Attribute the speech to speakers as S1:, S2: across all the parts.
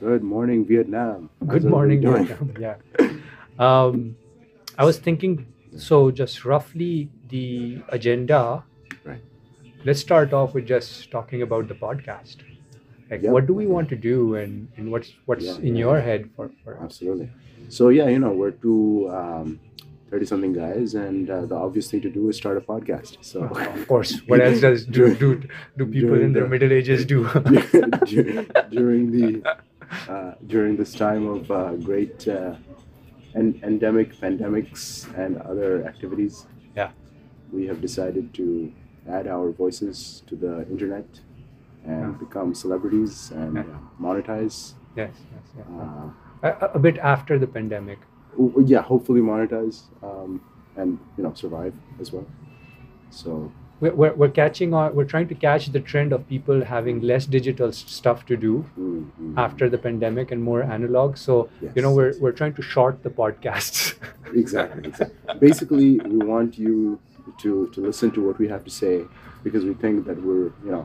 S1: Good morning, Vietnam.
S2: Good
S1: How's everybody
S2: morning,
S1: doing?
S2: Vietnam. Yeah. Um, I was thinking, so just roughly the agenda.
S1: Right.
S2: Let's start off with just talking about the podcast. Like,
S1: Yep.
S2: what do we want to do, and, and what's what's
S1: Yeah,
S2: in
S1: yeah.
S2: your head for, for us?
S1: Absolutely. So yeah, you know, we're two um, 30-something guys, and uh, the obvious thing to do is start a podcast. So
S2: Of course, what else does do do, do people
S1: During
S2: in their
S1: the-
S2: Middle Ages do?
S1: Dur- during the uh, during this time of uh, great uh, en- endemic pandemics and other activities,
S2: Yeah.
S1: we have decided to add our voices to the internet and
S2: Yeah.
S1: become celebrities and uh, monetize.
S2: yes, yes, yes.
S1: Uh,
S2: A, a- a bit after the pandemic.
S1: w- yeah, hopefully monetize um, and you know survive as well. So
S2: We're, we're, we're catching on. We're trying to catch the trend of people having less digital s- stuff to do.
S1: mm, mm,
S2: after the pandemic and more analog. So you
S1: Yes.
S2: know we're we're trying to short the podcasts.
S1: exactly, exactly. Basically, we want you to to listen to what we have to say because we think that we're you know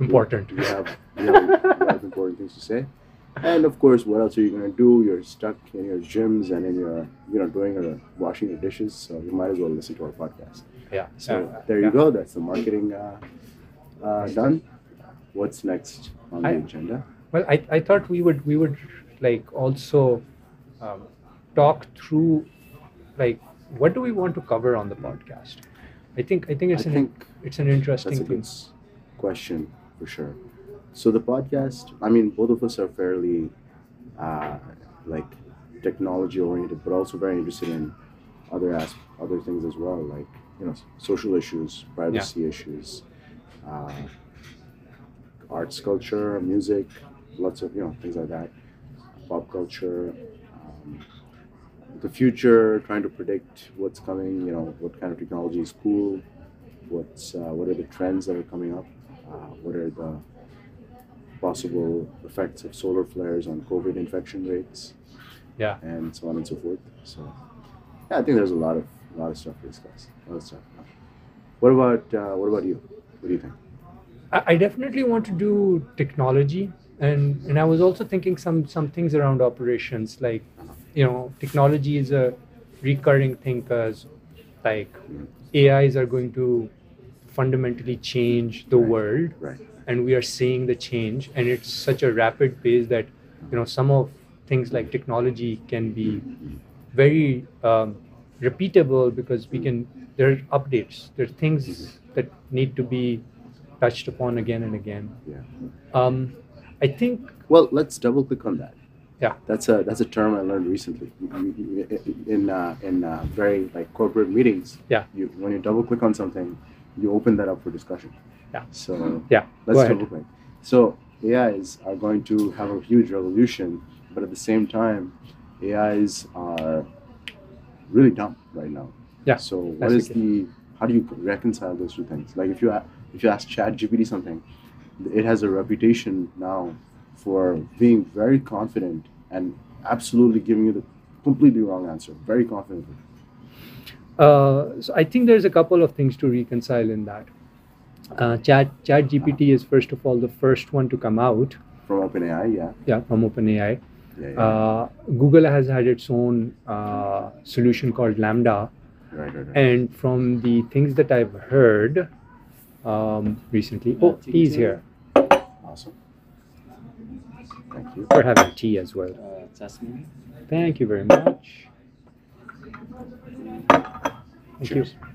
S2: Important.
S1: We have we have, we have important things to say. And of course, what else are you gonna do? You're stuck in your gyms and in your you know doing your washing your dishes, so you might as well listen to our podcast.
S2: Yeah.
S1: So
S2: yeah,
S1: there you
S2: yeah.
S1: go. That's the marketing uh, uh, done. What's next on the
S2: I-
S1: agenda?
S2: Well, I, I thought we would we would like also um, talk through like what do we want to cover on the podcast. I think I think it's
S1: I
S2: an
S1: think
S2: it's an interesting
S1: That's a good
S2: thing.
S1: s- question for sure. So the podcast, I mean, both of us are fairly uh, like technology oriented, but also very interested in other as other things as well, like you know, s- social issues, privacy issues, uh, arts, culture, music, lots of you know things like that, pop culture. um, The future, trying to predict what's coming, you know, what kind of technology is cool, what's uh, what are the trends that are coming up uh, what are the possible effects of solar flares on covid infection rates
S2: Yeah.
S1: and so on and so forth so yeah i think there's a lot of a lot of stuff to discuss a lot of stuff what about uh, what about you what do you think
S2: I, I definitely want to do technology and and I was also thinking some some things around operations like you know technology is a recurring thing because like
S1: Mm,
S2: AIs are going to fundamentally change the
S1: Right.
S2: world,
S1: right
S2: and we are seeing the change, and it's such a rapid pace that you know some of things like technology can be very um, repeatable because we can there are updates, there are things that need to be touched upon again and again.
S1: yeah
S2: Um, I think
S1: well let's double click on that
S2: Yeah.
S1: that's a that's a term i learned recently in uh, in uh, very like corporate meetings
S2: Yeah.
S1: you when you double click on something you open that up for discussion
S2: Yeah.
S1: so
S2: yeah, go
S1: Let's
S2: ahead.
S1: double click. So AIs are going to have a huge revolution, but at the same time, AIs are really dumb right now.
S2: Yeah,
S1: So what
S2: that's
S1: is
S2: okay.
S1: the how do you reconcile those two things? Like if you a- if you ask ChatGPT something, it has a reputation now for being very confident and absolutely giving you the completely wrong answer, very confidently.
S2: Uh, so I think there's a couple of things to reconcile in that. Uh, Chat Chat GPT is first of all the first one to come out,
S1: From OpenAI, yeah,
S2: yeah, from OpenAI.
S1: yeah, yeah.
S2: Uh, Google has had its own uh, solution called Lambda,
S1: right, right, right.
S2: and from the things that I've heard um, recently, oh, tea is here.
S1: Awesome. Thank you.
S2: We're having tea as well.
S3: Uh, Jasmine.
S2: Thank you very much. Thank
S1: Cheers.
S2: you.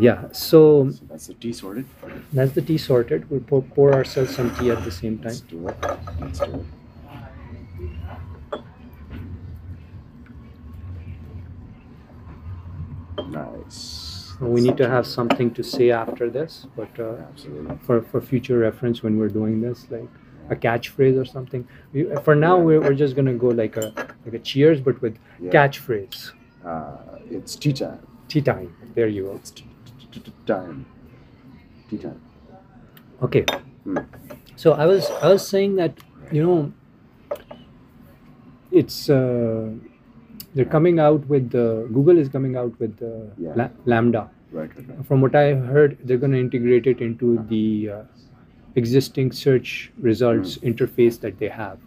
S2: Yeah, so
S1: So that's the T sorted.
S2: that's the tea sorted. We'll pour, pour ourselves some tea at the same time.
S1: Let's do it. Let's do it. Nice.
S2: We need to have something to say after this, but uh,
S1: Absolutely.
S2: for, for future reference when we're doing this, like a catchphrase or something. We, for now, we're, we're just gonna go like a like a cheers, but with
S1: Yeah.
S2: catchphrase.
S1: Uh, it's tea time.
S2: Tea time. There you go.
S1: It's t- t- t- t- time. Tea time.
S2: Okay.
S1: Hmm.
S2: So I was I was saying that you know it's uh, they're coming out with the Google is coming out with the
S1: Yeah.
S2: la- Lambda.
S1: Right, right, right. Uh-huh.
S2: From what I heard, they're gonna integrate it into the uh, existing search results
S1: Hmm.
S2: interface that they have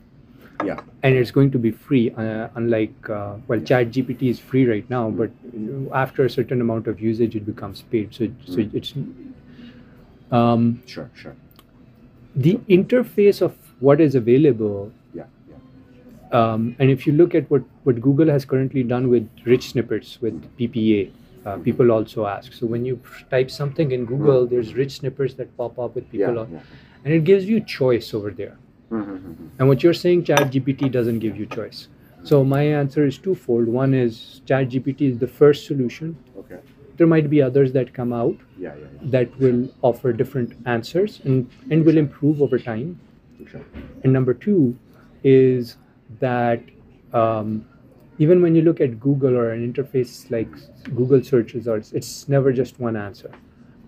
S1: Yeah.
S2: and it's going to be free uh, unlike uh, well chat gpt is free right now
S1: Hmm.
S2: but after a certain amount of usage it becomes paid so, so
S1: Mm.
S2: it's um,
S1: Sure. Sure.
S2: the interface of what is available
S1: Yeah. Yeah.
S2: um, and if you look at what, what Google has currently done with rich snippets with PPA, uh, people also ask. So when you type something in Google, there's rich snippets that pop up with people,
S1: yeah.
S2: on,
S1: yeah.
S2: and it gives you choice over there.
S1: Mm-hmm.
S2: And what you're saying, ChatGPT doesn't give you choice. So my answer is twofold. One is ChatGPT is the first solution.
S1: Okay.
S2: There might be others that come out
S1: Yeah. Yeah. yeah.
S2: that will offer different answers and, and will improve over time.
S1: For sure.
S2: And number two is that um, even when you look at Google or an interface like Google search results, it's never just one answer.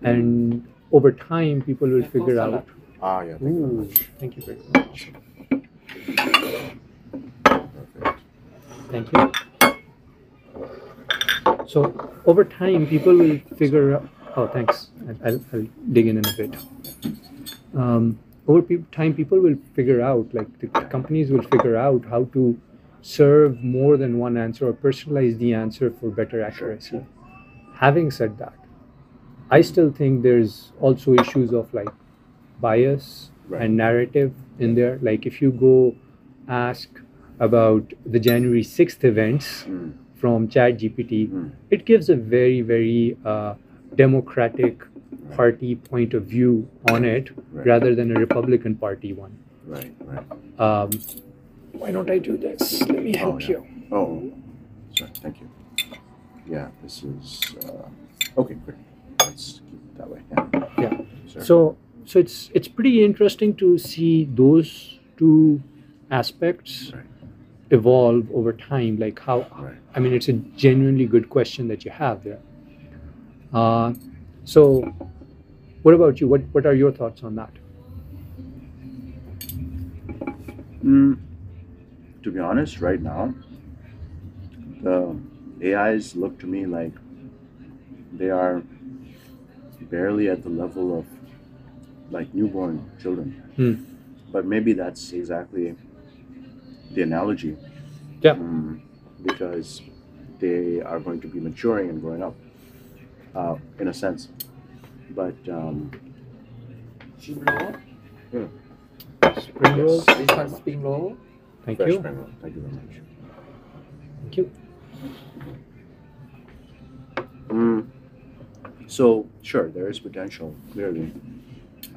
S2: And over time, people will figure out.
S1: Ah. Yeah. Thank you very
S2: Ooh,
S1: much.
S2: thank you very much.
S1: Perfect.
S2: Thank you. So over time, people will figure out. Oh, thanks. I'll- I'll, I'll dig in in a bit. Um, over pe- time, people will figure out, like the companies will figure out how to serve more than one answer or personalize the answer for better accuracy. Having said that, I still think there's also issues of like bias
S1: Right.
S2: and narrative in there. Like if you go ask about the January 6th events
S1: Mm.
S2: from ChatGPT,
S1: Mm.
S2: it gives a very, very uh, democratic party point of view on it
S1: Right.
S2: rather than a Republican party one.
S1: Right. Right.
S2: Um, Why don't I do this? Let me help
S1: yeah.
S2: you.
S1: Oh, sorry. Thank you. Yeah, this is uh, okay. Great. Let's keep it that way. Yeah.
S2: Yeah.
S1: Sure.
S2: So, so it's it's pretty interesting to see those two aspects
S1: Right.
S2: evolve over time. Like how
S1: Right.
S2: I mean, it's a genuinely good question that you have there. Uh, so, what about you? What what are your thoughts on that?
S1: Mm, to be honest, right now, the AIs look to me like they are barely at the level of like newborn children.
S2: Hmm.
S1: But maybe that's exactly the analogy.
S2: Yeah.
S1: Mm, because they are going to be maturing and growing up, uh, in a sense. But um,
S3: Spring roll.
S2: Spring rolls.
S3: This one spring roll.
S2: Thank
S1: fresh
S2: you.
S1: Pringles. Thank you very much.
S2: Thank you.
S1: Mm. So sure, there is potential. Clearly,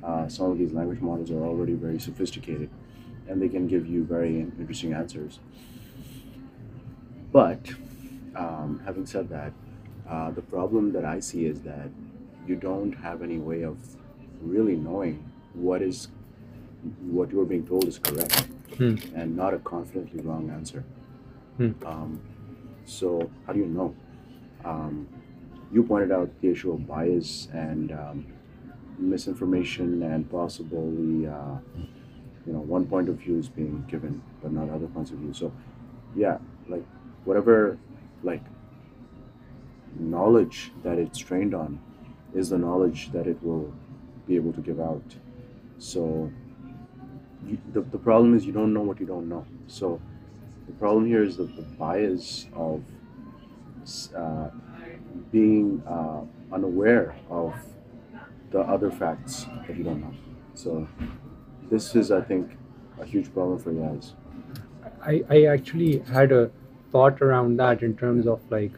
S1: uh, some of these language models are already very sophisticated, and they can give you very in- interesting answers. But um, having said that, uh, the problem that I see is that you don't have any way of really knowing what is what you're being told is correct,
S2: Hmm.
S1: and not a confidently wrong answer.
S2: Hmm.
S1: Um, so how do you know? Um, you pointed out the issue of bias and um, misinformation and possibly uh, you know one point of view is being given but not other points of view so yeah like whatever like knowledge that it's trained on is the knowledge that it will be able to give out so you, the, the problem is you don't know what you don't know so the problem here is that the bias of s- uh, being uh, unaware of the other facts that you don't know. So this is, I think, a huge problem for you guys.
S2: I, I actually had a thought around that in terms of like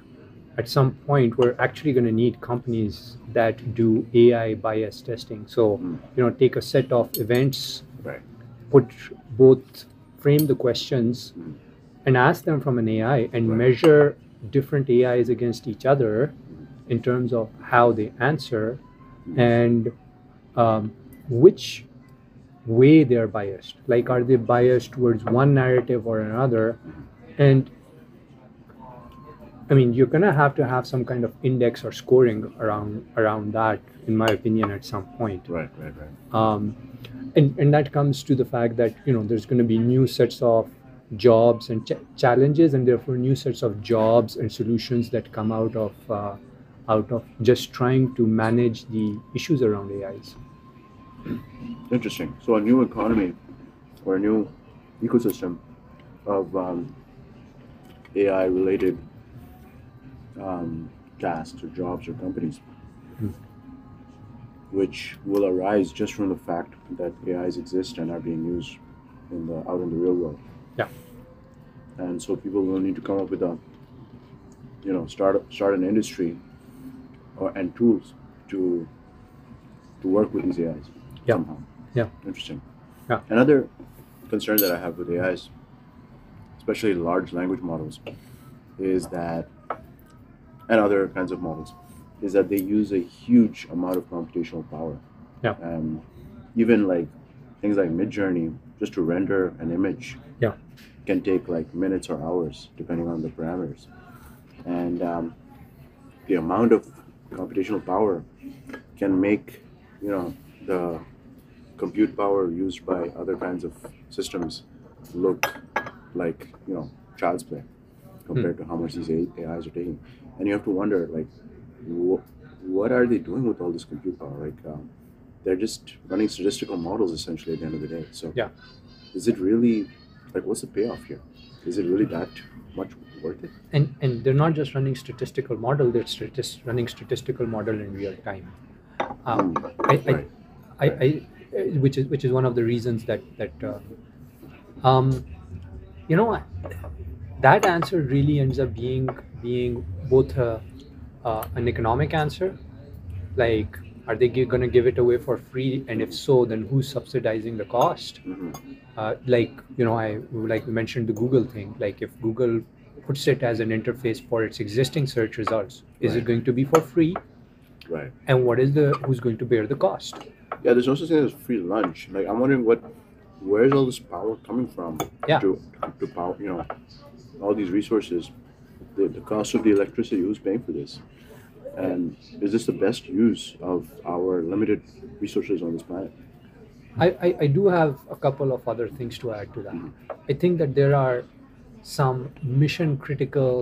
S2: at some point we're actually going to need companies that do AI bias testing. So,
S1: Mm.
S2: you know, take a set of events,
S1: Right.
S2: put both frame the questions
S1: Mm.
S2: and ask them from an AI and
S1: Right.
S2: measure different AIs against each other
S1: Mm.
S2: in terms of how they answer
S1: Mm.
S2: and um, which way they are biased. Like, are they biased towards one narrative or another? And I mean, you're gonna have to have some kind of index or scoring around around that, in my opinion, at some point.
S1: Right, right, right.
S2: Um, and and that comes to the fact that you know there's gonna be new sets of jobs and ch- challenges, and therefore new sets of jobs and solutions that come out of uh, out of just trying to manage the issues around AIs.
S1: Interesting. So a new economy or a new ecosystem of um, AI related um, tasks or jobs or companies,
S2: Hmm.
S1: which will arise just from the fact that AIs exist and are being used in the out in the real world.
S2: Yeah.
S1: And so people will need to come up with a, you know, start start an industry, or and tools to to work with these AIs.
S2: Yeah.
S1: Somehow.
S2: Yeah.
S1: Interesting.
S2: Yeah.
S1: Another concern that I have with AIs, especially large language models, is that, and other kinds of models, is that they use a huge amount of computational power.
S2: Yeah.
S1: Um, even like things like Midjourney, just to render an image,
S2: Yeah.
S1: can take like minutes or hours depending on the parameters, and um, the amount of computational power can make you know the compute power used by other kinds of systems look like you know child's play compared
S2: Hmm.
S1: to how much these A- AIs are taking, and you have to wonder like wh- what are they doing with all this compute power? Like um, they're just running statistical models essentially at the end of the day. So
S2: Yeah.
S1: is it really like what's the payoff here? Is it really that much worth it?
S2: and and they're not just running statistical model they're statis- running statistical model in real time um, I, I,
S1: Hmm. Right.
S2: I, I, uh, which is which is one of the reasons that that uh, um, you know that answer really ends up being being both a, uh, an economic answer like are they going to give it away for free and if so then who's subsidizing the cost
S1: Mhm.
S2: uh, like you know i like we mentioned the google thing like if google puts it as an interface for its existing search results is it
S1: Right.
S2: going to be for free
S1: Right.
S2: and what is the who's going to bear the cost
S1: Yeah, there's also thing as free lunch. Like I'm wondering what, where's all this power coming from?
S2: Yeah.
S1: To, to power, you know, all these resources, the, the cost of the electricity. Who's paying for this? And is this the best use of our limited resources on this planet?
S2: I, I, I do have a couple of other things to add to that. I think that there are some mission critical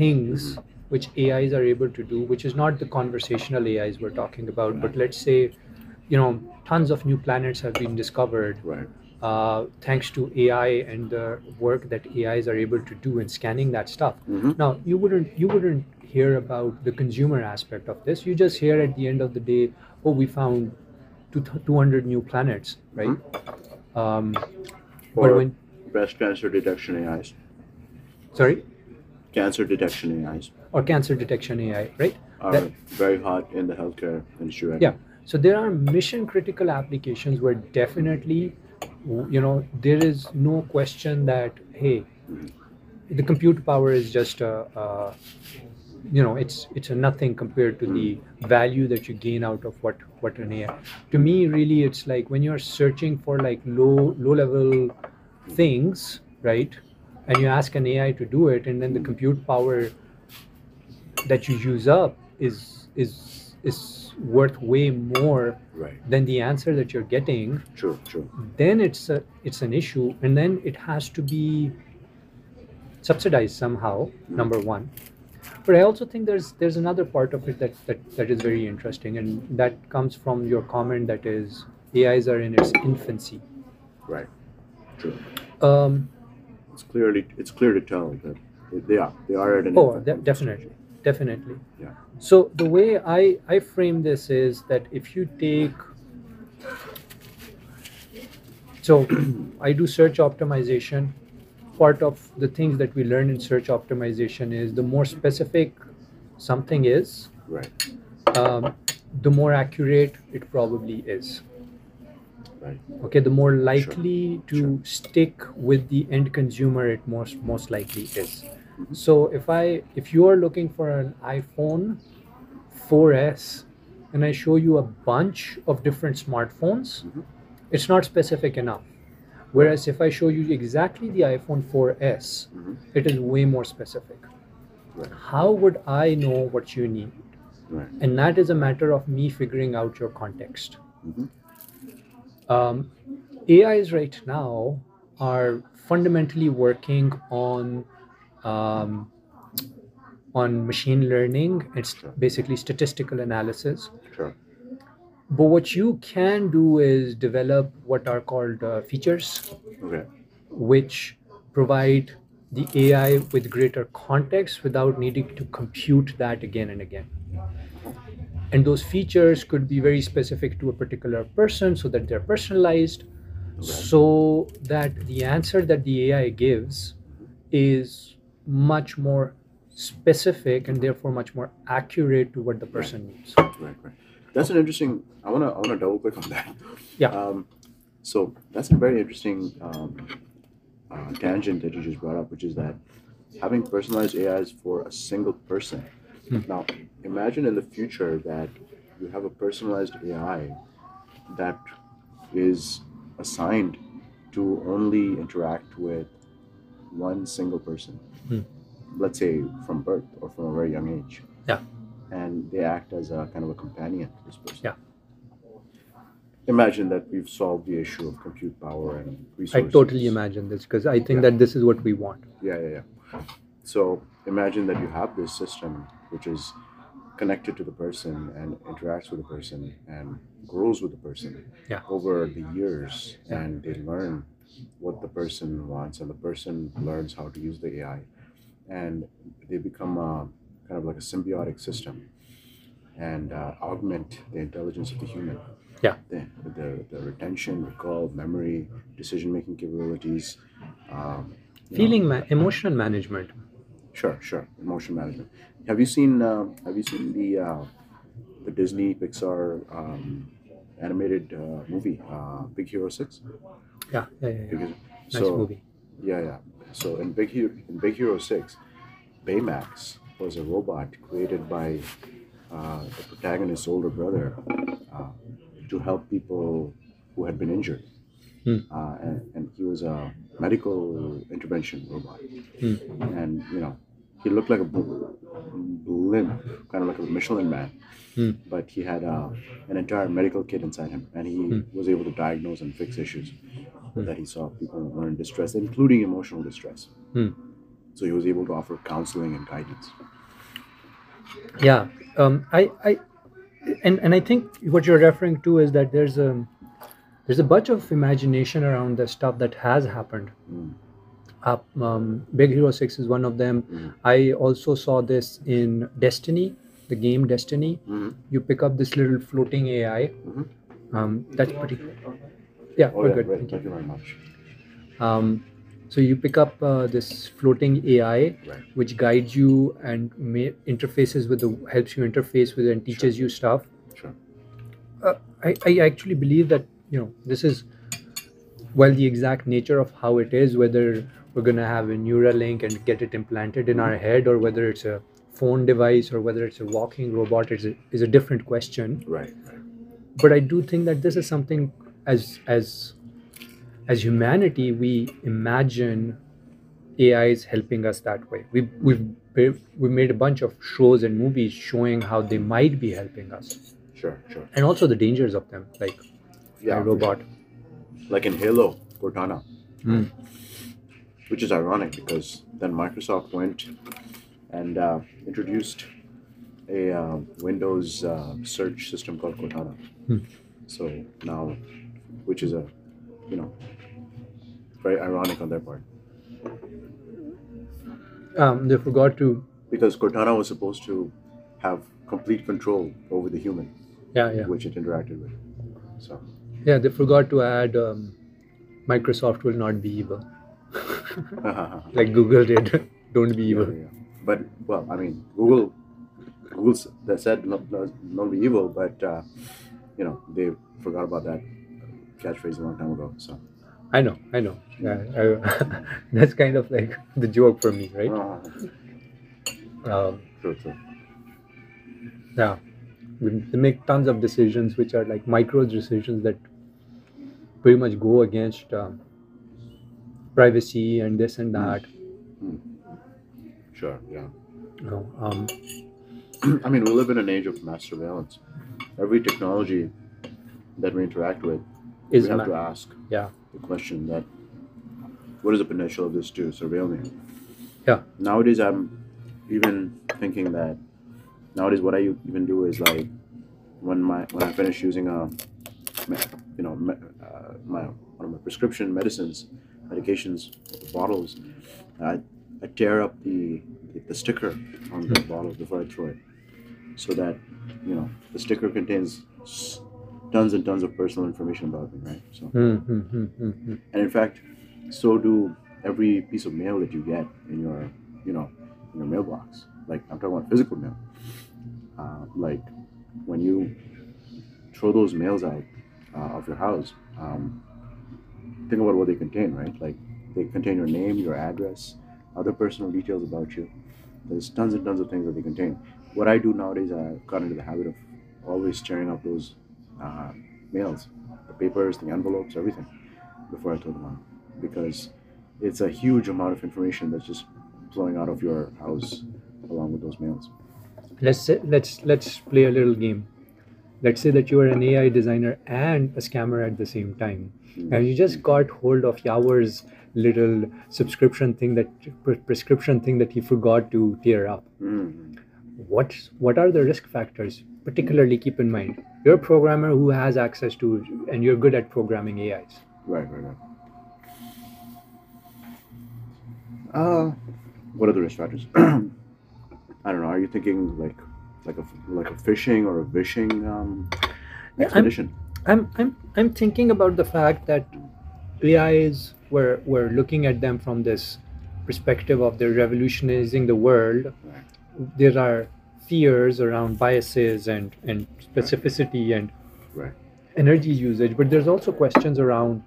S2: things which AIs are able to do, which is not the conversational AIs we're talking about, but let's say, you know, tons of new planets have been discovered
S1: Right.
S2: uh, thanks to AI and the work that AIs are able to do in scanning that stuff.
S1: Mhm.
S2: Now you wouldn't you wouldn't hear about the consumer aspect of this. You just hear at the end of the day, oh, we found two hundred new planets, right? Um, but
S1: Or-
S2: when
S1: Breast cancer detection AIs,
S2: sorry,
S1: cancer detection AIs
S2: or cancer detection AI, right?
S1: are
S2: That-
S1: very hot in the healthcare industry right
S2: yeah so there are mission critical applications where definitely you know there is no question that hey the compute power is just a, a you know it's it's a nothing compared to the value that you gain out of what what an ai to me really it's like when you're searching for like low low level things right and you ask an ai to do it and then the compute power that you use up is is is worth way more
S1: now. Right.
S2: than the answer that you're getting
S1: True. True.
S2: then it's a it's an issue and then it has to be subsidized somehow number one but i also think there's there's another part of it that that, that is very interesting and that comes from your comment that is ais are in its infancy
S1: Right. True.
S2: um
S1: It's clearly it's clear to tell that they are they are at an infant
S2: oh de-
S1: stage.
S2: definitely definitely
S1: Yeah.
S2: So the way I I frame this is that if you take so I do search optimization. Part of the things that we learn in search optimization is the more specific something is,
S1: Right.
S2: um, the more accurate it probably is.
S1: Right.
S2: Okay, the more likely to
S1: Sure.
S2: stick with the end consumer it most most likely is.
S1: Mm-hmm.
S2: So if I if you are looking for an iPhone 4S and I show you a bunch of different smartphones,
S1: Mhm.
S2: it's not specific enough. Whereas if I show you exactly the iPhone 4S,
S1: Mhm.
S2: it is way more specific.
S1: Right.
S2: How would I know what you need?
S1: Right.
S2: And that is a matter of me figuring out your context.
S1: Mhm.
S2: Um, AIs right now are fundamentally working on um, on machine learning. It's basically statistical analysis.
S1: Sure.
S2: But what you can do is develop what are called uh, features,
S1: Okay.
S2: which provide the AI with greater context without needing to compute that again and again. And those features could be very specific to a particular person so that they're personalized, so that the answer that the AI gives is much more specific and therefore much more accurate to what the person needs.
S1: Right, right. That's an interesting. I wanna, I wanna double click on that.
S2: Yeah.
S1: Um, so that's a very interesting um, uh, tangent that you just brought up, which is that having personalized AIs for a single person.
S2: Hmm.
S1: Now, imagine in the future that you have a personalized AI that is assigned to only interact with one single person.
S2: Hmm.
S1: Let's say from birth or from a very young age.
S2: Yeah.
S1: And they act as a kind of a companion to this person.
S2: Yeah.
S1: Imagine that we've solved the issue of compute power and
S2: I
S1: resources.
S2: totally imagine this because I think that this is what we want.
S1: Yeah, yeah, yeah. So imagine that you have this system which is connected to the person and interacts with the person and grows with the person
S2: Yeah.
S1: over the years
S2: Yeah.
S1: and they learn what the person wants and the person learns how to use the AI and they become a, kind of like a symbiotic system and uh, augment the intelligence of the human.
S2: Yeah.
S1: The, the, the retention, recall, memory, decision making capabilities. Um, you know,
S2: Feeling, ma- emotional management.
S1: Sure, sure. Emotion management. Have you seen uh, Have you seen the uh, the Disney Pixar um, animated uh, movie uh, Big Hero Six?
S2: Yeah, yeah, yeah. yeah.
S1: Because,
S2: Nice movie.
S1: Yeah, yeah. So in Big Hero in Big Hero Six, Baymax was a robot created by uh, the protagonist's older brother uh, to help people who had been injured.
S2: Hmm.
S1: Uh, and, and he was a medical intervention robot
S2: Hmm.
S1: and you know he looked like a bl- blimp, kind of like a Michelin man.
S2: Hmm.
S1: But he had uh, an entire medical kit inside him, and he
S2: Hmm.
S1: was able to diagnose and fix issues that he saw people were in distress, including emotional distress.
S2: Hmm.
S1: So he was able to offer counseling and guidance.
S2: Yeah. Um, I, I, and and I think what you're referring to is that there's a there's a bunch of imagination around the stuff that has happened.
S1: Mm.
S2: Uh, um, Big Hero Six is one of them.
S1: Mm.
S2: I also saw this in Destiny, the game Destiny.
S1: Mhm.
S2: You pick up this little floating AI.
S1: Mhm.
S2: Um, that's pretty. Yeah,
S1: Oh
S2: we're
S1: yeah,
S2: good.
S1: great.
S2: Thank you.
S1: Thank you very much.
S2: Um, so you pick up uh, this floating AI,
S1: Right.
S2: which guides you and ma- interfaces with the helps you interface with and teaches you stuff.
S1: Sure.
S2: Uh, I, I actually believe that you know this is well the exact nature of how it is, whether we're gonna have a Neuralink and get it implanted in
S1: Mm-hmm.
S2: our head, or whether it's a phone device, or whether it's a walking robot, is a, is a different question
S1: Right. Right.
S2: but I do think that this is something as as as humanity we imagine AI is helping us that way. We we've we made a bunch of shows and movies showing how they might be helping us
S1: Sure. Sure.
S2: and also the dangers of them, like
S1: Yeah.
S2: a robot.
S1: Like in Halo, Cortana.
S2: Mm.
S1: which is ironic because then Microsoft went and uh, introduced a uh, Windows uh, search system called Cortana.
S2: Hmm.
S1: So now, which is a, you know, very ironic on their part
S2: Um, they forgot to
S1: because Cortana was supposed to have complete control over the human,
S2: yeah yeah
S1: which it interacted with. So
S2: yeah they forgot to add um, Microsoft will not be evil like Google did. Don't be
S1: Yeah,
S2: evil.
S1: yeah. But well, I mean, Google, Google s- they said not not be evil, but uh, you know they forgot about that catchphrase a long time ago. So
S2: I know I know. Yeah, I, that's kind of like the joke for me, right?
S1: Uh,
S2: Um,
S1: true, true.
S2: Yeah, we, they make tons of decisions which are like micro decisions that pretty much go against um, privacy and this and that.
S1: Sure, yeah.
S2: You know, um,
S1: I mean, we live in an age of mass surveillance. Every technology that we interact with,
S2: is
S1: we have
S2: ma-
S1: to ask
S2: yeah,
S1: the question that what is the potential of this to surveil me?
S2: Yeah.
S1: Nowadays, I'm even thinking that nowadays what I even do is like when my when I finish using a, me- you know, me, uh, my one of my prescription medicines, medications, bottles, I, I tear up the the sticker on the bottle before I throw it, so that you know the sticker contains s- tons and tons of personal information about me, right? So
S2: Mm, mm, mm, mm, mm.
S1: and in fact, so do every piece of mail that you get in your, you know, in your mailbox. Like I'm talking about physical mail. Uh, like when you throw those mails out uh, of your house, um, think about what they contain, right? Like they contain your name, your address, other personal details about you. There's tons and tons of things that they contain. What I do nowadays, I've gotten into the habit of always tearing up those uh, mails, the papers, the envelopes, everything before I throw them out because it's a huge amount of information that's just flowing out of your house along with those mails.
S2: Let's say, let's let's play a little game. Let's say that you are an AI designer and a scammer at the same time,
S1: Hmm.
S2: and you just got hold of Yawar's little subscription thing that pre- prescription thing that he forgot to tear up.
S1: Mm.
S2: what what are the risk factors particularly keep in mind you're a programmer who has access to and you're good at programming ais
S1: Right, right, right. Uh, what are the risk factors? I don't know. Are you thinking like, like a like a fishing or a fishing um,
S2: Yeah, I'm-
S1: expedition?
S2: i'm i'm i'm thinking about the fact that ais were were looking at them from this perspective of they're revolutionizing the world
S1: Right.
S2: there are fears around biases and and specificity and
S1: Right.
S2: energy usage but there's also questions around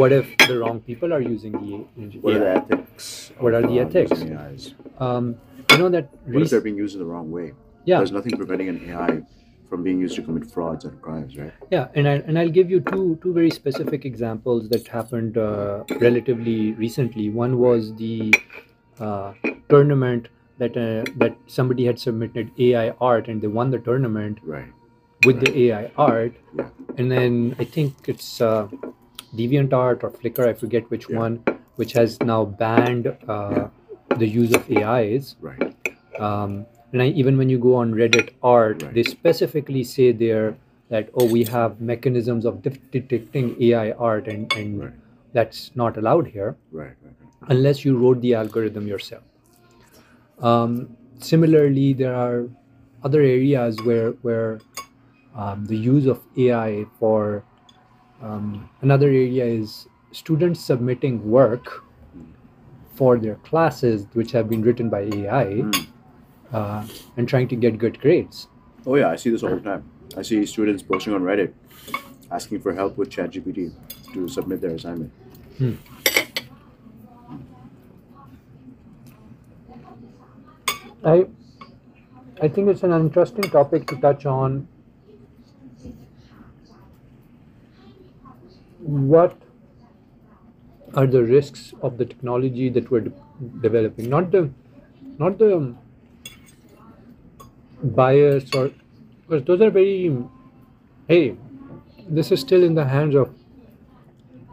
S2: what if the wrong people are using the
S1: What are
S2: AI?
S1: the ethics?
S2: What
S1: of,
S2: are the
S1: uh, using
S2: ethics?
S1: AIs?
S2: um, you know that
S1: What if they're
S2: rec-
S1: being used in the wrong way?
S2: yeah
S1: There's nothing preventing an AI from being used to commit frauds and crimes, right?
S2: yeah and, I, and i'll give you two two very specific examples that happened uh, relatively recently one was the uh, tournament that uh, that somebody had submitted ai art and they won the tournament
S1: Right.
S2: with the ai art
S1: Yeah.
S2: and then i think it's uh, deviantart or flickr i forget which
S1: Yeah.
S2: one which has now banned uh, the use of ais
S1: Right.
S2: um, and I, even when you go on reddit art
S1: Right.
S2: they specifically say there that oh we have mechanisms of de- detecting ai art and, and
S1: Right.
S2: that's not allowed here
S1: Right. Right. right.
S2: unless you wrote the algorithm yourself um, similarly there are other areas where where um, the use of ai for um, another area is students submitting work for their classes which have been written by ai
S1: Mm.
S2: uh, and trying to get good grades.
S1: Oh yeah, I see this all the time. I see students posting on Reddit asking for help with ChatGPT to submit their assignment.
S2: I I think it's an interesting topic to touch on. What are the risks of the technology that we're de- developing? Not the not the um, bias or because those are very hey this is still in the hands of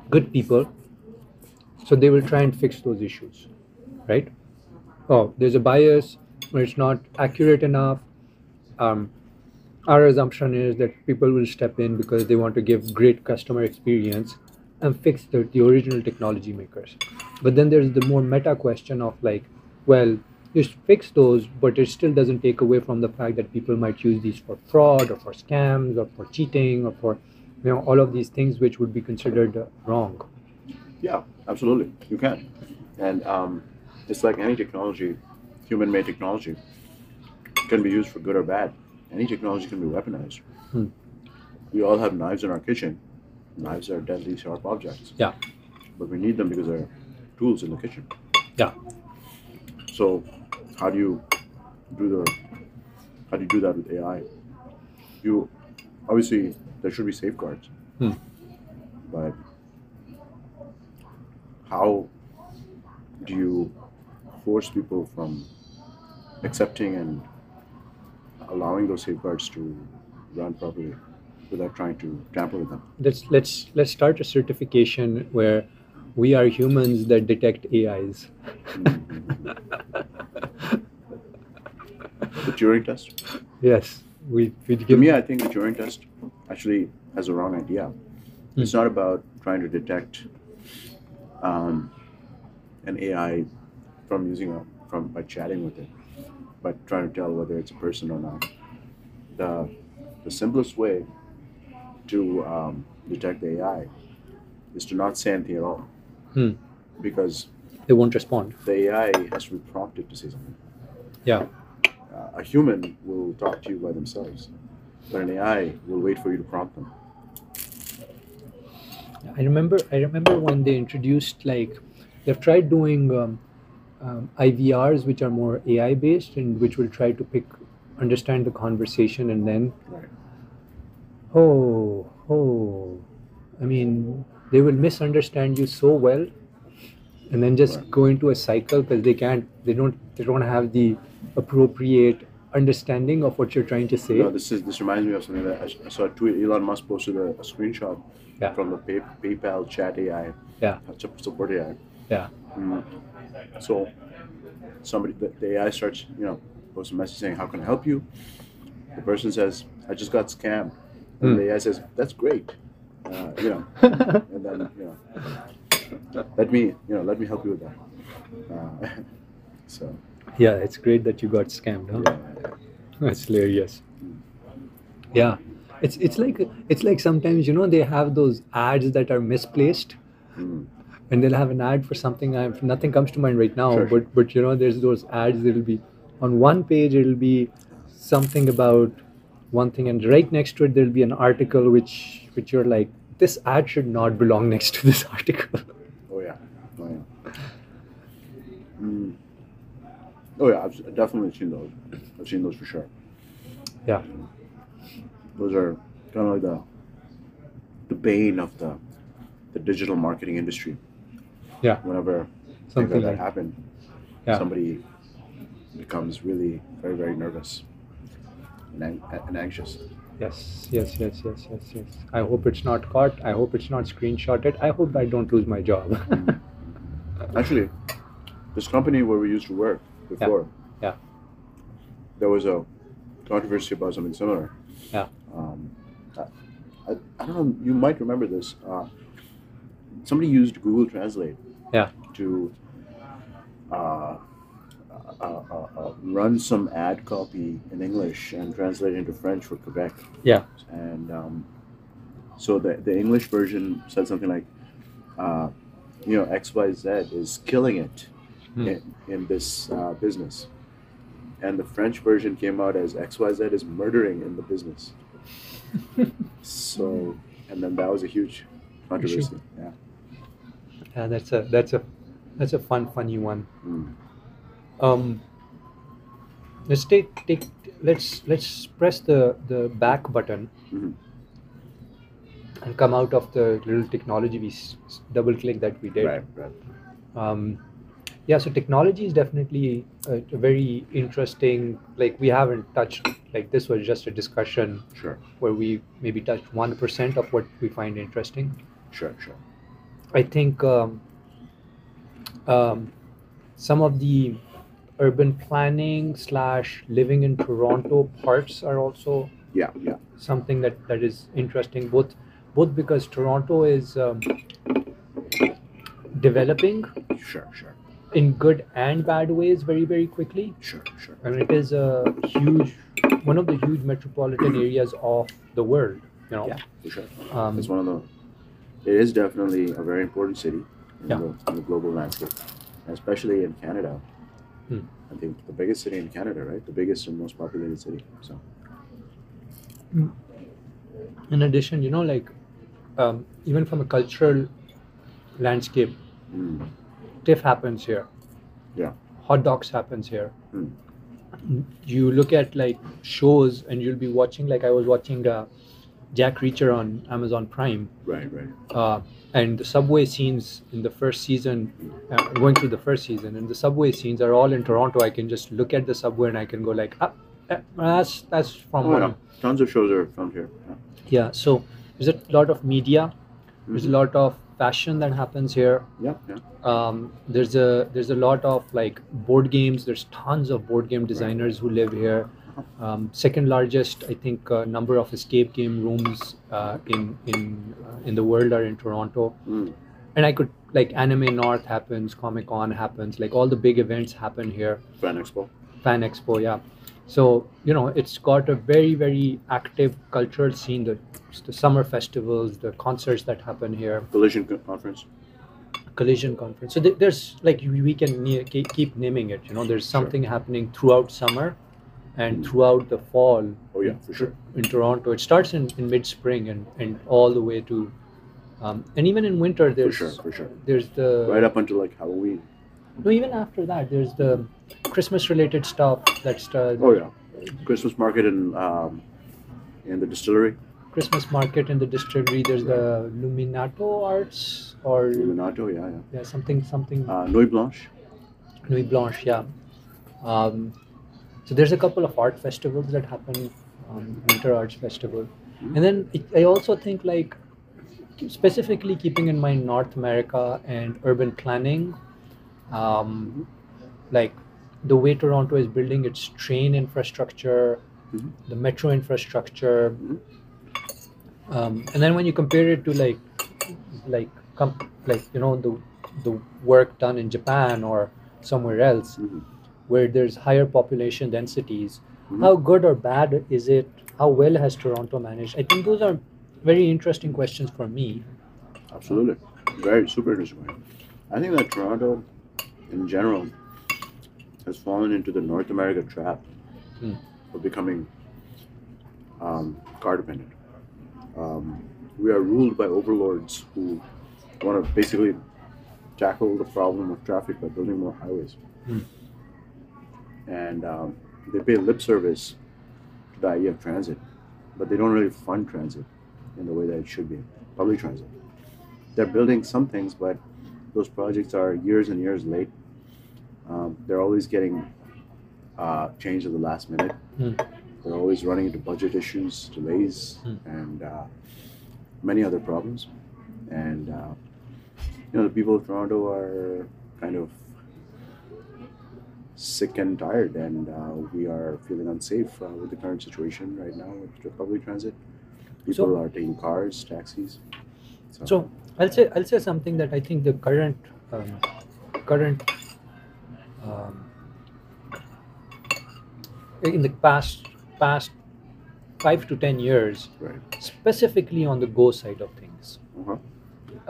S2: good people so they will try and fix those issues right oh, there's a bias or it's not accurate enough. Um, our assumption is that people will step in because they want to give great customer experience and fix the, the original technology makers. But then there's the more meta question of like, well, you fix those, but it still doesn't take away from the fact that people might use these for fraud or for scams or for cheating or for you know all of these things which would be considered uh, wrong.
S1: Yeah, absolutely, you can. And um, it's like any technology, human-made technology, can be used for good or bad. Any technology can be weaponized.
S2: Hmm.
S1: We all have knives in our kitchen. Knives are deadly sharp objects.
S2: Yeah.
S1: But we need them because they're tools in the kitchen.
S2: Yeah.
S1: So, how do you do the how do you do that with AI? You obviously there should be safeguards,
S2: Hmm.
S1: but how do you force people from accepting and allowing those safeguards to run properly without trying to tamper with them?
S2: let's let's let's start a certification where we are humans that detect AIs.
S1: Mm-hmm. The Turing test.
S2: Yes, we we'd
S1: To
S2: give
S1: me, I think the Turing test actually has a wrong idea. It's not about trying to detect um, an AI from using a, from by chatting with it, but trying to tell whether it's a person or not. The the simplest way to um, detect the AI is to not say anything at all,
S2: Hmm.
S1: because
S2: they won't respond.
S1: the AI has to be prompted to say something.
S2: Yeah.
S1: Uh, a human will talk to you by themselves, but an AI will wait for you to prompt them.
S2: I remember I remember when they introduced like they've tried doing um, um, IVRs which are more AI based and which will try to pick understand the conversation and then
S1: Right.
S2: oh oh I mean they will misunderstand you so well and then just
S1: Right.
S2: go into a cycle because they can't they don't they don't have the appropriate understanding of what you're trying to say
S1: No, this is this reminds me of something that I, s- I saw a tweet. Elon Musk posted a, a screenshot
S2: Yeah.
S1: from the pay, PayPal chat AI,
S2: yeah
S1: uh, sup- support AI.
S2: yeah
S1: Mm. So somebody the, the AI starts, you know, posts a message saying, "How can I help you?" The person says, "I just got scammed," and
S2: Hmm.
S1: the AI says, "That's great," uh, you know, and then you know, let me you know let me help you with that. Uh, so
S2: yeah it's great that you got scammed huh?
S1: yeah,
S2: That's hilarious. Yeah, it's it's like it's like sometimes you know they have those ads that are misplaced,
S1: Mm.
S2: and they'll have an ad for something. I have nothing comes to mind right now,
S1: Sure, sure.
S2: but but you know there's those ads. It'll be on one page. It'll be something about one thing, and right next to it there'll be an article which which you're like this ad should not belong next to this article.
S1: Oh yeah, oh yeah. Mm. Oh yeah, I've s- definitely seen those. I've seen those for sure.
S2: yeah,
S1: Those are kind of like the the bane of the the digital marketing industry.
S2: Yeah.
S1: Whenever things
S2: Something
S1: like that
S2: like-
S1: happen,
S2: yeah,
S1: somebody becomes really very very nervous and, an- and anxious.
S2: yes, yes, yes, yes, yes, yes. I hope it's not caught. I hope it's not screenshotted. I hope I don't lose my job.
S1: Actually, this company where we used to work before,
S2: yeah.
S1: there was a controversy about something similar.
S2: Yeah.
S1: Um, I, I, I don't know. You might remember this. Uh, somebody used Google Translate.
S2: Yeah.
S1: To uh, uh, uh, uh, uh, run some ad copy in English and translate it into French for Quebec.
S2: Yeah.
S1: And um, so the the English version said something like. Uh, you know, XYZ is killing it
S2: Hmm.
S1: in, in this uh, business. And the French version came out as XYZ is murdering in the business. so, and then that was a huge controversy. Yeah.
S2: Yeah, that's a that's a that's a fun, funny one.
S1: Mm.
S2: Um, let's take take let's let's press the the back button
S1: Mhm.
S2: and come out of the little technology we s- s- double click that we did.
S1: Right, right.
S2: Um, yeah, so technology is definitely a, a very interesting. Like we haven't touched. Like this was just a discussion
S1: Sure,
S2: where we maybe touched one percent of what we find interesting.
S1: sure, sure.
S2: I think um, um, some of the urban planning slash living in Toronto parts are also
S1: Yeah, yeah.
S2: something that, that is interesting. Both both because Toronto is um, developing
S1: Sure, sure,
S2: in good and bad ways very very quickly.
S1: sure, sure.
S2: I mean, it is a huge one of the huge metropolitan areas of the world. You know,
S1: Yeah, for sure.
S2: um,
S1: It's one of the, it is definitely a very important city in,
S2: Yeah.
S1: the, in the global landscape, especially in Canada.
S2: Hmm.
S1: I think the biggest city in Canada, right? The biggest and most populated city. So,
S2: in addition, you know, like um, even from a cultural landscape,
S1: mm.
S2: TIFF happens here.
S1: Yeah.
S2: Hot dogs happens here.
S1: Hmm.
S2: You look at like shows, and you'll be watching. Like I was watching uh, Jack Reacher on Amazon Prime,
S1: right, right.
S2: uh, and the subway scenes in the first season, uh, going through the first season, and the subway scenes are all in Toronto. I can just look at the subway, and I can go like, ah, eh, that's that's from
S1: Oh,
S2: one
S1: yeah. Tons of shows are filmed here. Yeah.
S2: yeah so there's a lot of media there's a
S1: Mhm.
S2: lot of fashion that happens here
S1: Yeah, yeah.
S2: um, there's a there's a lot of like board games there's tons of board game designers who live here um, second largest, I think, uh, number of escape game rooms uh, in in uh, in the world are in Toronto.
S1: Mm.
S2: And I could like Anime North happens, Comic Con happens, like all the big events happen here.
S1: Fan Expo.
S2: Fan Expo, yeah. So you know, it's got a very very active cultural scene. The the summer festivals, the concerts that happen here,
S1: Collision Co- Conference.
S2: collision conference. So there- there's like we we can ne- ke- keep naming it. You know, there's something happening throughout summer, and throughout the fall
S1: Oh yeah, for sure.
S2: in Toronto. It starts in, in mid spring and, and all the way to, um, and even in winter
S1: For
S2: there's
S1: sure, for sure.
S2: there's the
S1: Right up until like Halloween.
S2: no even after that there's the Christmas related stuff that's the
S1: Oh yeah, Christmas market in um, in the distillery.
S2: Christmas market in the distillery. There's the Luminato Arts or
S1: Illuminato, yeah, yeah.
S2: yeah something something
S1: Uh, Nuit Blanche.
S2: Nuit Blanche yeah. Um, so there's a couple of art festivals that happen, um, Winter Arts Festival, and then I I also think like specifically keeping in mind North America and urban planning, um, like the way Toronto is building its train infrastructure,
S1: Mhm.
S2: the metro infrastructure,
S1: Mhm.
S2: um, and then when you compare it to like like com- like you know the the work done in Japan or somewhere else
S1: Mhm.
S2: where there's higher population densities
S1: Mhm.
S2: how good or bad is it how well has toronto managed i think those are very interesting questions for me
S1: Absolutely. Very super interesting. one. I think that Toronto, in general, has fallen into the North America trap
S2: Hmm.
S1: of becoming um, car dependent. Um, we are ruled by overlords who want to basically tackle the problem of traffic by building more highways.
S2: Hmm.
S1: And um, they pay lip service to the idea of transit, but they don't really fund transit in the way that it should be public transit they're building some things, but those projects are years and years late. Um, they're always getting uh, changed at the last minute.
S2: Mm.
S1: They're always running into budget issues, delays,
S2: Mm.
S1: and uh, many other problems. And uh, you know, the people of Toronto are kind of sick and tired, and uh, we are feeling unsafe uh, with the current situation right now with the public transit. People
S2: So-
S1: are taking cars, taxis.
S2: so i'll say i'll say something that i think the current um, current um, in the past past 5 to 10 years
S1: right.
S2: specifically on the go side of things
S1: Uh-huh.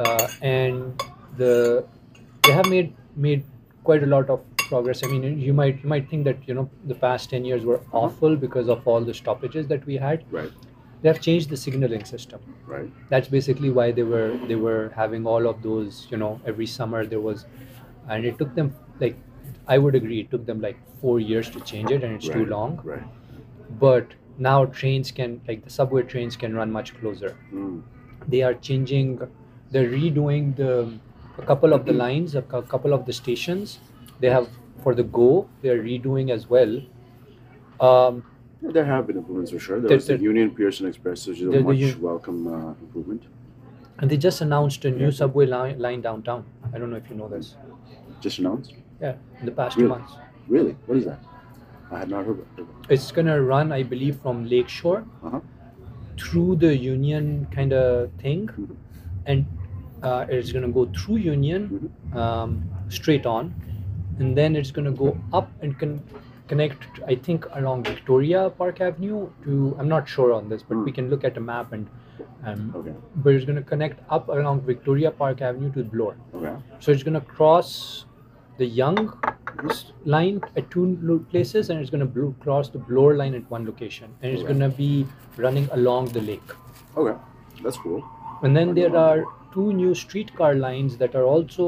S2: uh, and the they have made made quite a lot of progress. I mean, you might you might think that you know the past ten years were awful because of all the stoppages that we had.
S1: Right.
S2: They have changed the signaling system.
S1: Right.
S2: That's basically why they were they were having all of those. You know, every summer there was, and it took them like I would agree it took them like four years to change it, and it's too
S1: Right.
S2: long.
S1: Right.
S2: But now trains can like the subway trains can run much closer
S1: Mm.
S2: they are changing they're redoing the a couple of the lines a cou- couple of the stations they have for the go they're redoing as well um,
S1: Yeah, There have been improvements for sure. There
S2: There-
S1: was the
S2: there-
S1: Union Pearson Express, which is
S2: there-
S1: a
S2: the
S1: much
S2: un-
S1: welcome uh, improvement.
S2: and they just announced a new
S1: Yeah.
S2: subway line, line downtown i don't know if you know this
S1: Just announced.
S2: yeah in the past two
S1: Really?
S2: months
S1: Really? What is that? I had not heard of it.
S2: it's gonna run i believe from lakeshore
S1: Uh-huh.
S2: through the union kind of thing
S1: Mhm.
S2: and uh, it's gonna go through union um, straight on and then it's gonna go up and can connect i think along victoria park avenue to i'm not sure on this but we
S1: Mm.
S2: can look at a map and um,
S1: Okay.
S2: but it's gonna connect up along victoria park avenue to bloor
S1: Okay.
S2: so it's going to cross the Young line at two lo- places, and it's going to blue, cross the Bloor line at one location, and it's
S1: Okay.
S2: going to be running along the lake.
S1: Okay. That's cool.
S2: And then there
S1: Along.
S2: are two new streetcar lines that are also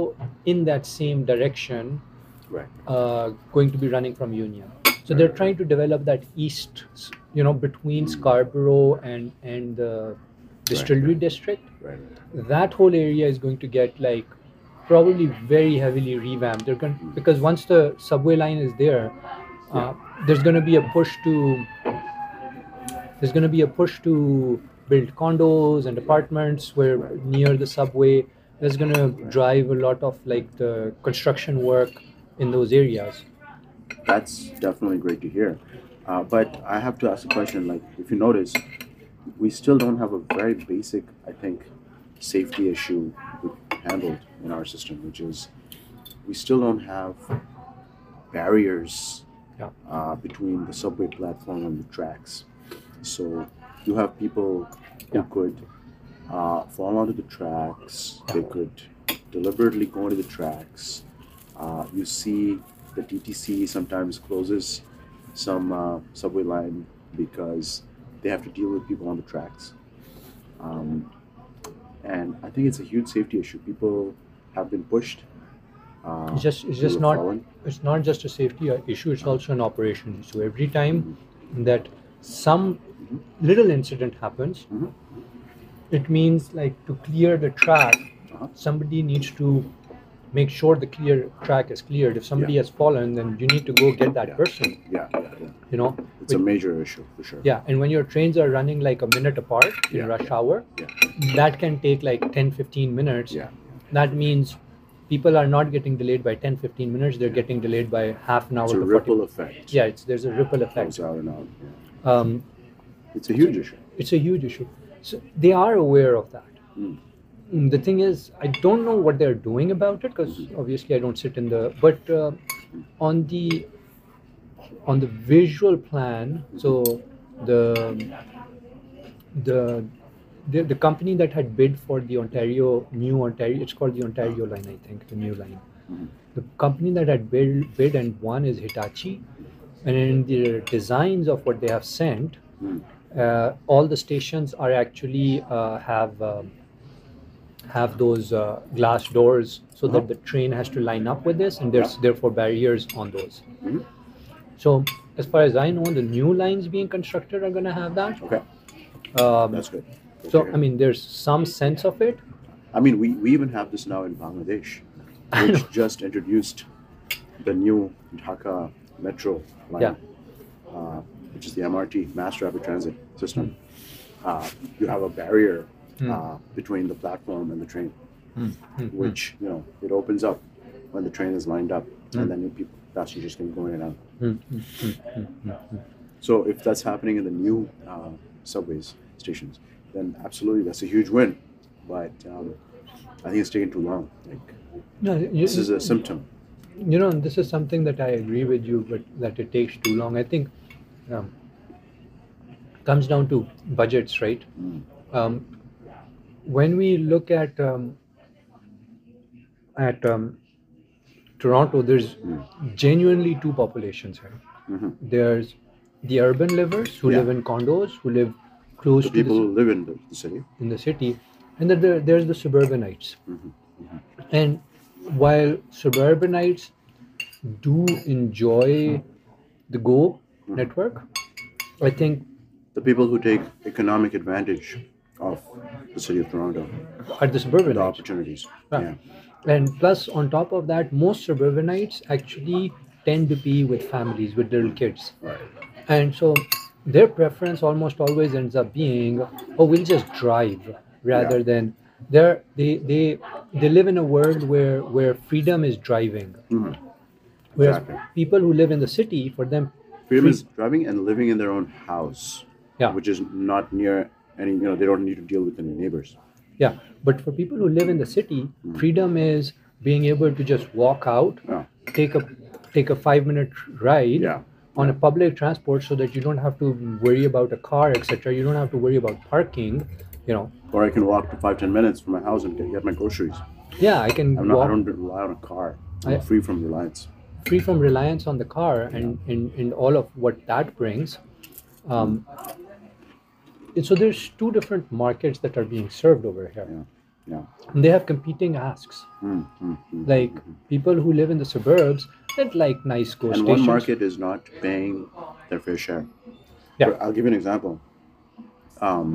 S2: in that same direction,
S1: Right.
S2: uh, going to be running from Union. So they're trying to develop that east, s- you know, between Scarborough and and the distillery district
S1: Right.
S2: that whole area is going to get like probably very heavily revamped. They're going
S1: Mm.
S2: because once the subway line is there, uh, there's going to be a push to there's going to be a push to build condos and apartments where
S1: Right.
S2: near the subway. That's going to drive a lot of like the construction work in those areas.
S1: That's definitely great to hear. Uh, but I have to ask a question. Like, if you notice, we still don't have a very basic, I think, safety issue handled in our system, which is we still don't have barriers
S2: Yeah.
S1: uh, between the subway platform and the tracks. So you have people who
S2: Yeah.
S1: could uh, fall onto the tracks. They could deliberately go into the tracks. Uh, you see the DTC sometimes closes some uh, subway line because they have to deal with people on the tracks. Um, and I think it's a huge safety issue. People have been pushed. Uh,
S2: It's just it's
S1: who
S2: just
S1: have
S2: not
S1: fallen.
S2: it's not just a safety uh, issue. It's also an operation issue. Every time
S1: Mm-hmm.
S2: that some little incident happens,
S1: Mhm.
S2: it means like to clear the track,
S1: Uh-huh.
S2: somebody needs to make sure the clear track is cleared. If somebody has fallen, then you need to go get that
S1: Yeah.
S2: person.
S1: Yeah, yeah, yeah.
S2: You know,
S1: It's a major issue for sure.
S2: yeah. And when your trains are running like a minute apart in
S1: Yeah,
S2: rush
S1: yeah.
S2: hour,
S1: Yeah.
S2: that can take like 10 15 minutes
S1: Yeah.
S2: that means people are not getting delayed by 10 15 minutes they're getting delayed by half an hour
S1: It's a
S2: to 40
S1: ripple effect.
S2: yeah it's there's a ripple
S1: Goes
S2: effect
S1: out and out. Yeah.
S2: um,
S1: It's a huge issue.
S2: it's a huge issue so they are aware of that
S1: Mm.
S2: Mm, the thing is i don't know what they're doing about it because obviously i don't sit in the but uh, on the on the visual plan so the the the, the company that had bid for the Ontario new Ontario it's called the Ontario line I think the new line
S1: Mhm.
S2: the company that had bid bid and won is Hitachi and in the designs of what they have sent
S1: Mm.
S2: uh, all the stations are actually uh, have um, have those uh, glass doors so that the train has to line up with this and there's therefore barriers on those
S1: Mhm.
S2: so as far as I know the new lines being constructed are going to have that
S1: Okay,
S2: um,
S1: that's good.
S2: so
S1: Okay.
S2: I mean, there's some sense of it.
S1: I mean, we, we even have this now in Bangladesh,
S2: I know.
S1: which just introduced the new Dhaka metro line, uh, which is the MRT, Mass Rapid Transit System.
S2: Hmm.
S1: Uh, you have a barrier uh, between the platform and the train, Hmm.
S2: Hmm.
S1: which, you know, it opens up when the train is lined up,
S2: Hmm.
S1: and then people, passengers can go in and out. So if that's happening in the new uh, subways stations, then absolutely that's a huge win. But um, I think it's taken too long. Like
S2: No, you,
S1: this is a symptom.
S2: you know, and this is something that I agree with you, but that it takes too long. I think um, comes down to budgets, right?
S1: Mm.
S2: Um, when we look at um, at um, Toronto, there's
S1: Hmm.
S2: genuinely two populations here.
S1: Mhm.
S2: There's the urban livers who
S1: Yeah.
S2: live in condos, who live close
S1: The
S2: to the
S1: people who live in the, the city.
S2: in the city, and then there, there's the suburbanites. And while suburbanites do enjoy the Go network, I think
S1: The people who take economic advantage of the city of Toronto,
S2: are the
S1: the
S2: suburbanites.
S1: opportunities.
S2: Yeah.
S1: Yeah.
S2: And plus, on top of that, most suburbanites actually tend to be with families, with little kids.
S1: Right.
S2: And so their preference almost always ends up being, oh, we'll just drive rather
S1: Yeah.
S2: than they're, they they they live in a world where where freedom is driving.
S1: Mhm.
S2: Whereas
S1: Exactly.
S2: people who live in the city, for them,
S1: Freedom is driving and living in their own house,
S2: Yeah.
S1: which is not near any. You know, they don't need to deal with any neighbors.
S2: yeah. But for people who live in the city, freedom is being able to just walk out,
S1: Mm. Yeah.
S2: take a take a five minute ride
S1: Yeah.
S2: on a public transport, so that you don't have to worry about a car, etc. You don't have to worry about parking. You know,
S1: Or I can walk to five ten minutes from my house and get- get my groceries.
S2: yeah, I can
S1: I'm not, I
S2: walk
S1: don't rely on a car. I'm
S2: I-
S1: free from reliance.
S2: free from reliance on the car and, and, and all of what that brings. Um, and so there's two different markets that are being served over here.
S1: Yeah. Yeah.
S2: And they have competing asks.
S1: Mm, mm, mm.
S2: Like people who live in the suburbs that like nice go
S1: and
S2: stations.
S1: one market is not paying their fair share.
S2: Yeah.
S1: For- I'll give you an example. Um,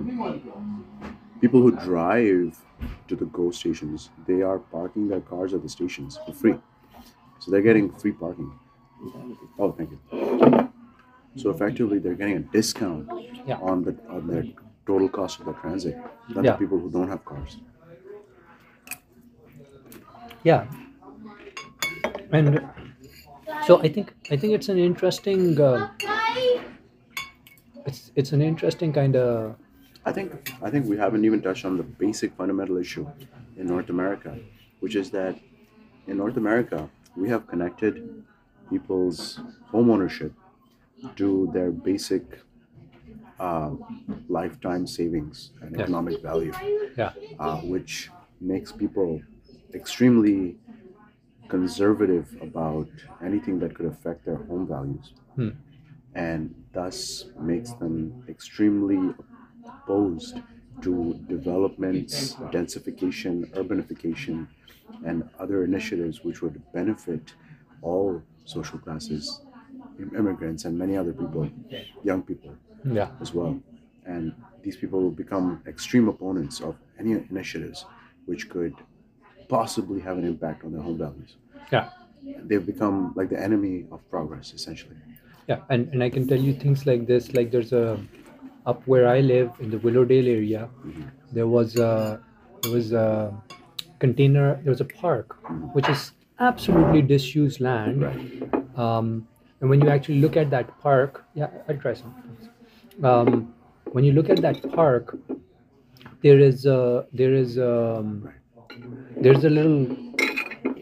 S1: people who drive to the GO stations, they are parking their cars at the stations for free. So they're getting free parking. Oh, thank you. So effectively, they're getting a discount
S2: Yeah.
S1: on the on their total cost of their transit than
S2: Yeah.
S1: the people who don't have cars.
S2: yeah. And so I think I think it's an interesting uh, it's it's an interesting kind of
S1: I think I think we haven't even touched on the basic fundamental issue in North America, which is that in North America we have connected people's home ownership to their basic uh, lifetime savings and
S2: Yes.
S1: economic value,
S2: yeah
S1: uh, which makes people extremely conservative about anything that could affect their home values
S2: hmm.
S1: and thus makes them extremely opposed to developments, densification, urbanification, and other initiatives which would benefit all social classes, im- immigrants, and many other people, young people
S2: yeah
S1: as well. And these people will become extreme opponents of any initiatives which could possibly have an impact on their home values.
S2: yeah
S1: They've become like the enemy of progress, essentially.
S2: yeah and, and i can tell you things like this like there's a up where i live in the willowdale area there was a there was a container there was a park which is absolutely disused land um, and when you actually look at that park yeah i'll try some um, when you look at that park there is a there is um there's a little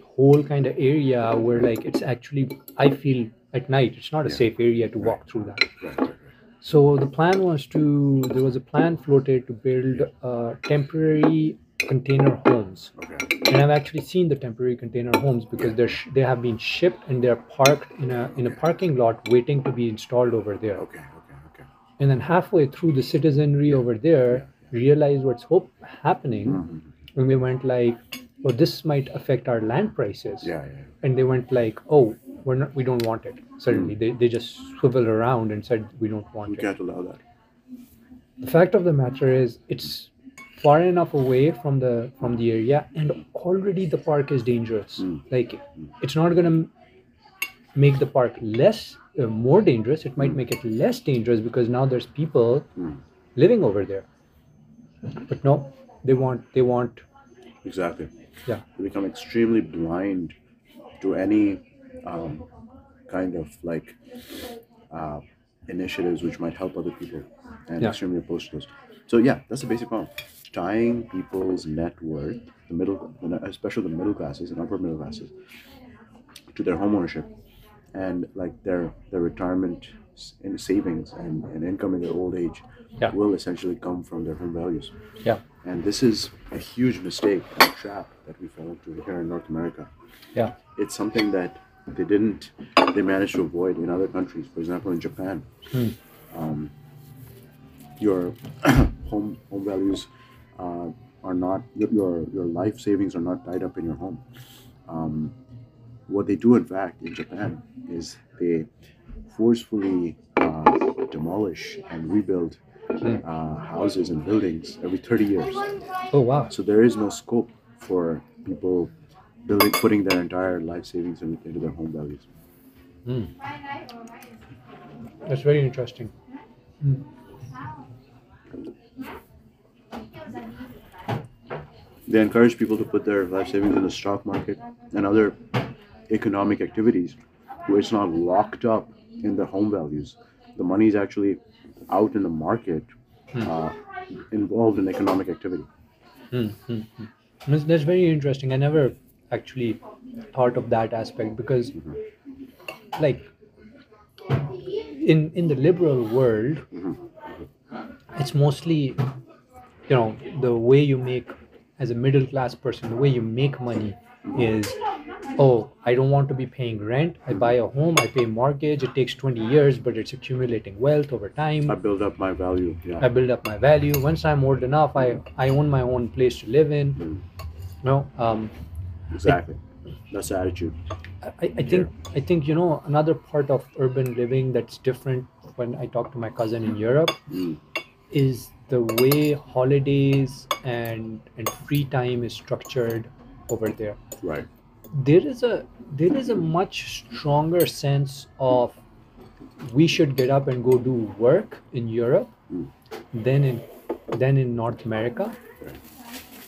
S2: whole kind of area where like it's actually i feel at night it's not a safe area to walk through that
S1: Right, right, right.
S2: so the plan was to there was a plan floated to build uh, temporary container homes
S1: Okay.
S2: and i've actually seen the temporary container homes because they're sh- they have been shipped and they're parked in a in a parking lot waiting to be installed over there
S1: Okay. Okay. Okay.
S2: and then halfway through the citizenry over there realized what's hope happening
S1: Mm-hmm.
S2: and we went like well this might affect our land prices
S1: Yeah. Yeah.
S2: and they went like oh we're not we don't want it suddenly they, they just swiveled around and said we don't want
S1: We
S2: it
S1: can't allow that.
S2: the fact of the matter is it's far enough away from the from the area and already the park is dangerous
S1: Mm.
S2: like it's not going to make the park less uh, more dangerous it might make it less dangerous because now there's people
S1: Mm.
S2: living over there but no they want they want
S1: Exactly.
S2: yeah
S1: We become extremely blind to any um, kind of like uh, initiatives which might help other people, and
S2: Yeah.
S1: extremely opposed to those. So yeah, that's the basic problem. Tying people's net worth, the middle, especially the middle classes and upper middle classes, to their home ownership and like their their retirement s- and savings and, and income in their old age
S2: Yeah.
S1: will essentially come from their home values.
S2: yeah
S1: And this is a huge mistake and a trap that we fell into here in North America.
S2: yeah
S1: It's something that they didn't, they managed to avoid in other countries. For example, in Japan, um, your home home values uh, are not your, your your life savings are not tied up in your home. Um, what they do, in fact, in Japan is they forcefully uh, demolish and rebuild uh, houses and buildings every 30 years.
S2: oh wow
S1: So there is no scope for people building, putting their entire life savings in- into their home values.
S2: that's very interesting
S1: They encourage people to put their life savings in the stock market and other economic activities where it's not locked up in their home values. The money is actually out in the market, uh, involved in economic activity.
S2: Hmm, That's, that's very interesting. I never actually thought of that aspect because, like, in in the liberal world, it's mostly, you know, the way you make as a middle class person, the way you make money is, oh, I don't want to be paying rent. I buy a home. I pay mortgage. It takes twenty years, but it's accumulating wealth over time.
S1: I build up my value.
S2: I
S1: Yeah.
S2: build up my value. Once I'm old enough, I, I own my own place to live in. No, um,
S1: Exactly. That's the attitude.
S2: I, I think I think you know another part of urban living that's different when I talk to my cousin in Europe
S1: Mm.
S2: is the way holidays and and free time is structured over there.
S1: Right.
S2: There is a there is a much stronger sense of we should get up and go do work in Europe
S1: Mm.
S2: than in than in North America,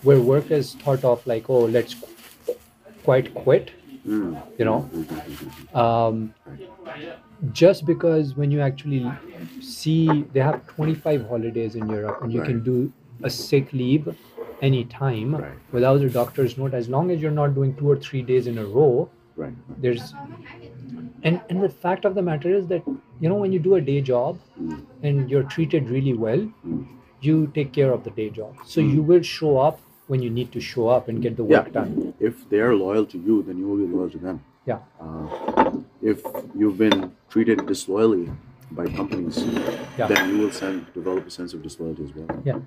S2: where work is thought of like oh let's quite quit
S1: Mm.
S2: you know
S1: Mm, mm, mm, mm,
S2: um, just because when you actually see they have 25 holidays in Europe and you can
S1: Right.
S2: do a sick leave anytime
S1: Right.
S2: without a doctor's note as long as you're not doing two or three days in a row
S1: Right.
S2: there's and and the fact of the matter is that you know when you do a day job
S1: Mm,
S2: and you're treated really well
S1: mm.
S2: you take care of the day job so you will show up when you need to show up and get the
S1: Yeah.
S2: work done
S1: If they are loyal to you, then you will be loyal to them.
S2: yeah
S1: Uh, if you've been treated disloyally by companies,
S2: Yeah.
S1: then you will sen- develop a sense of disloyalty as well.
S2: Yeah,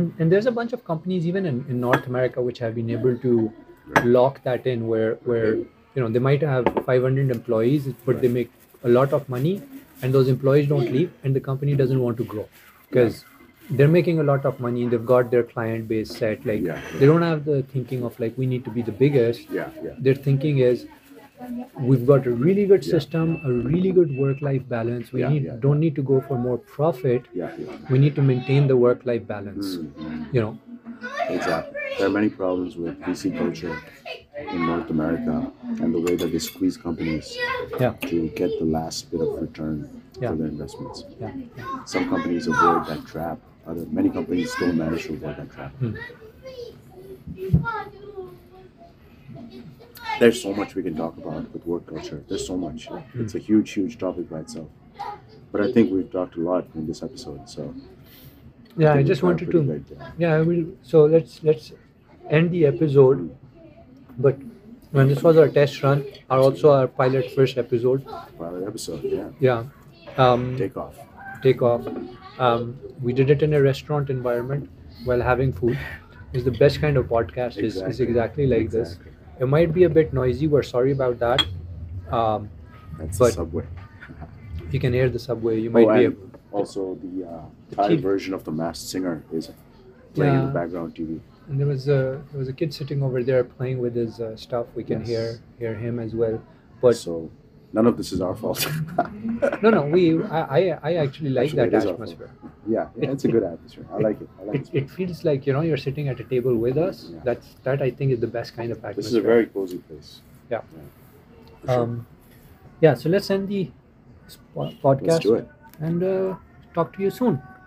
S2: and and there's a bunch of companies even in, in North America which have been able to lock that in where where you know they might have 500 employees but they make a lot of money and those employees don't leave and the company doesn't want to grow because they're making a lot of money they've got their client base set like
S1: Yeah.
S2: they don't have the thinking of like we need to be the biggest
S1: Yeah, yeah.
S2: their thinking is we've got a really good system a really good work life balance we
S1: Yeah,
S2: need,
S1: yeah.
S2: don't need to go for more profit
S1: Yeah, yeah.
S2: we need to maintain the work life balance you know
S1: Exactly. There are many problems with VC culture in North America and the way that they squeeze companies
S2: yeah
S1: to get the last bit of return
S2: Yeah.
S1: for their investments.
S2: yeah
S1: Some companies avoid that trap. Other many companies don't manage to avoid that trap. There's so much we can talk about with work culture. There's so much. It's a huge, huge topic by itself. But I think we've talked a lot in this episode. So
S2: yeah i
S1: think
S2: just
S1: we've
S2: wanted
S1: got a
S2: to
S1: pretty good, uh,
S2: yeah i will so let's let's end the episode but when this was our test run our also our pilot first episode
S1: pilot episode. Yeah,
S2: yeah um
S1: take off.
S2: take off um we did it in a restaurant environment while having food is the best kind of podcast is, is
S1: Exactly.
S2: exactly like
S1: Exactly.
S2: this it might be a bit noisy we're sorry about that um
S1: That's
S2: But-
S1: the subway.
S2: you can hear the subway you might
S1: Oh,
S2: be
S1: and
S2: able
S1: also the uh,
S2: The
S1: Thai
S2: cheap-
S1: version of the Masked Singer is playing in the
S2: Yeah.
S1: background TV.
S2: And there was a there was a kid sitting over there playing with his uh, stuff. We can
S1: Yes.
S2: hear hear him as well. But
S1: so none of this is our fault.
S2: no, no, we I I, I actually like
S1: Actually, it
S2: that
S1: is our fault.
S2: atmosphere.
S1: Yeah, yeah, it's a good atmosphere. I like it. I like
S2: It,
S1: it.
S2: it feels like you know you're sitting at a table with us.
S1: Yeah.
S2: That's that I think is the best kind of atmosphere.
S1: This is a very cozy place.
S2: Yeah.
S1: For sure.
S2: um, yeah. So let's end the sp- podcast
S1: Let's do it.
S2: and uh, talk to you soon.